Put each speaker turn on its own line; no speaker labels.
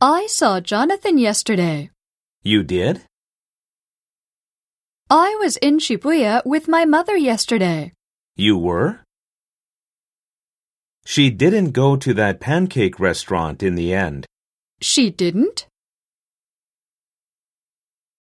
I saw Jonathan yesterday.
You did?
I was in Shibuya with my mother yesterday.
You were? She didn't go to that pancake restaurant in the end.
She didn't?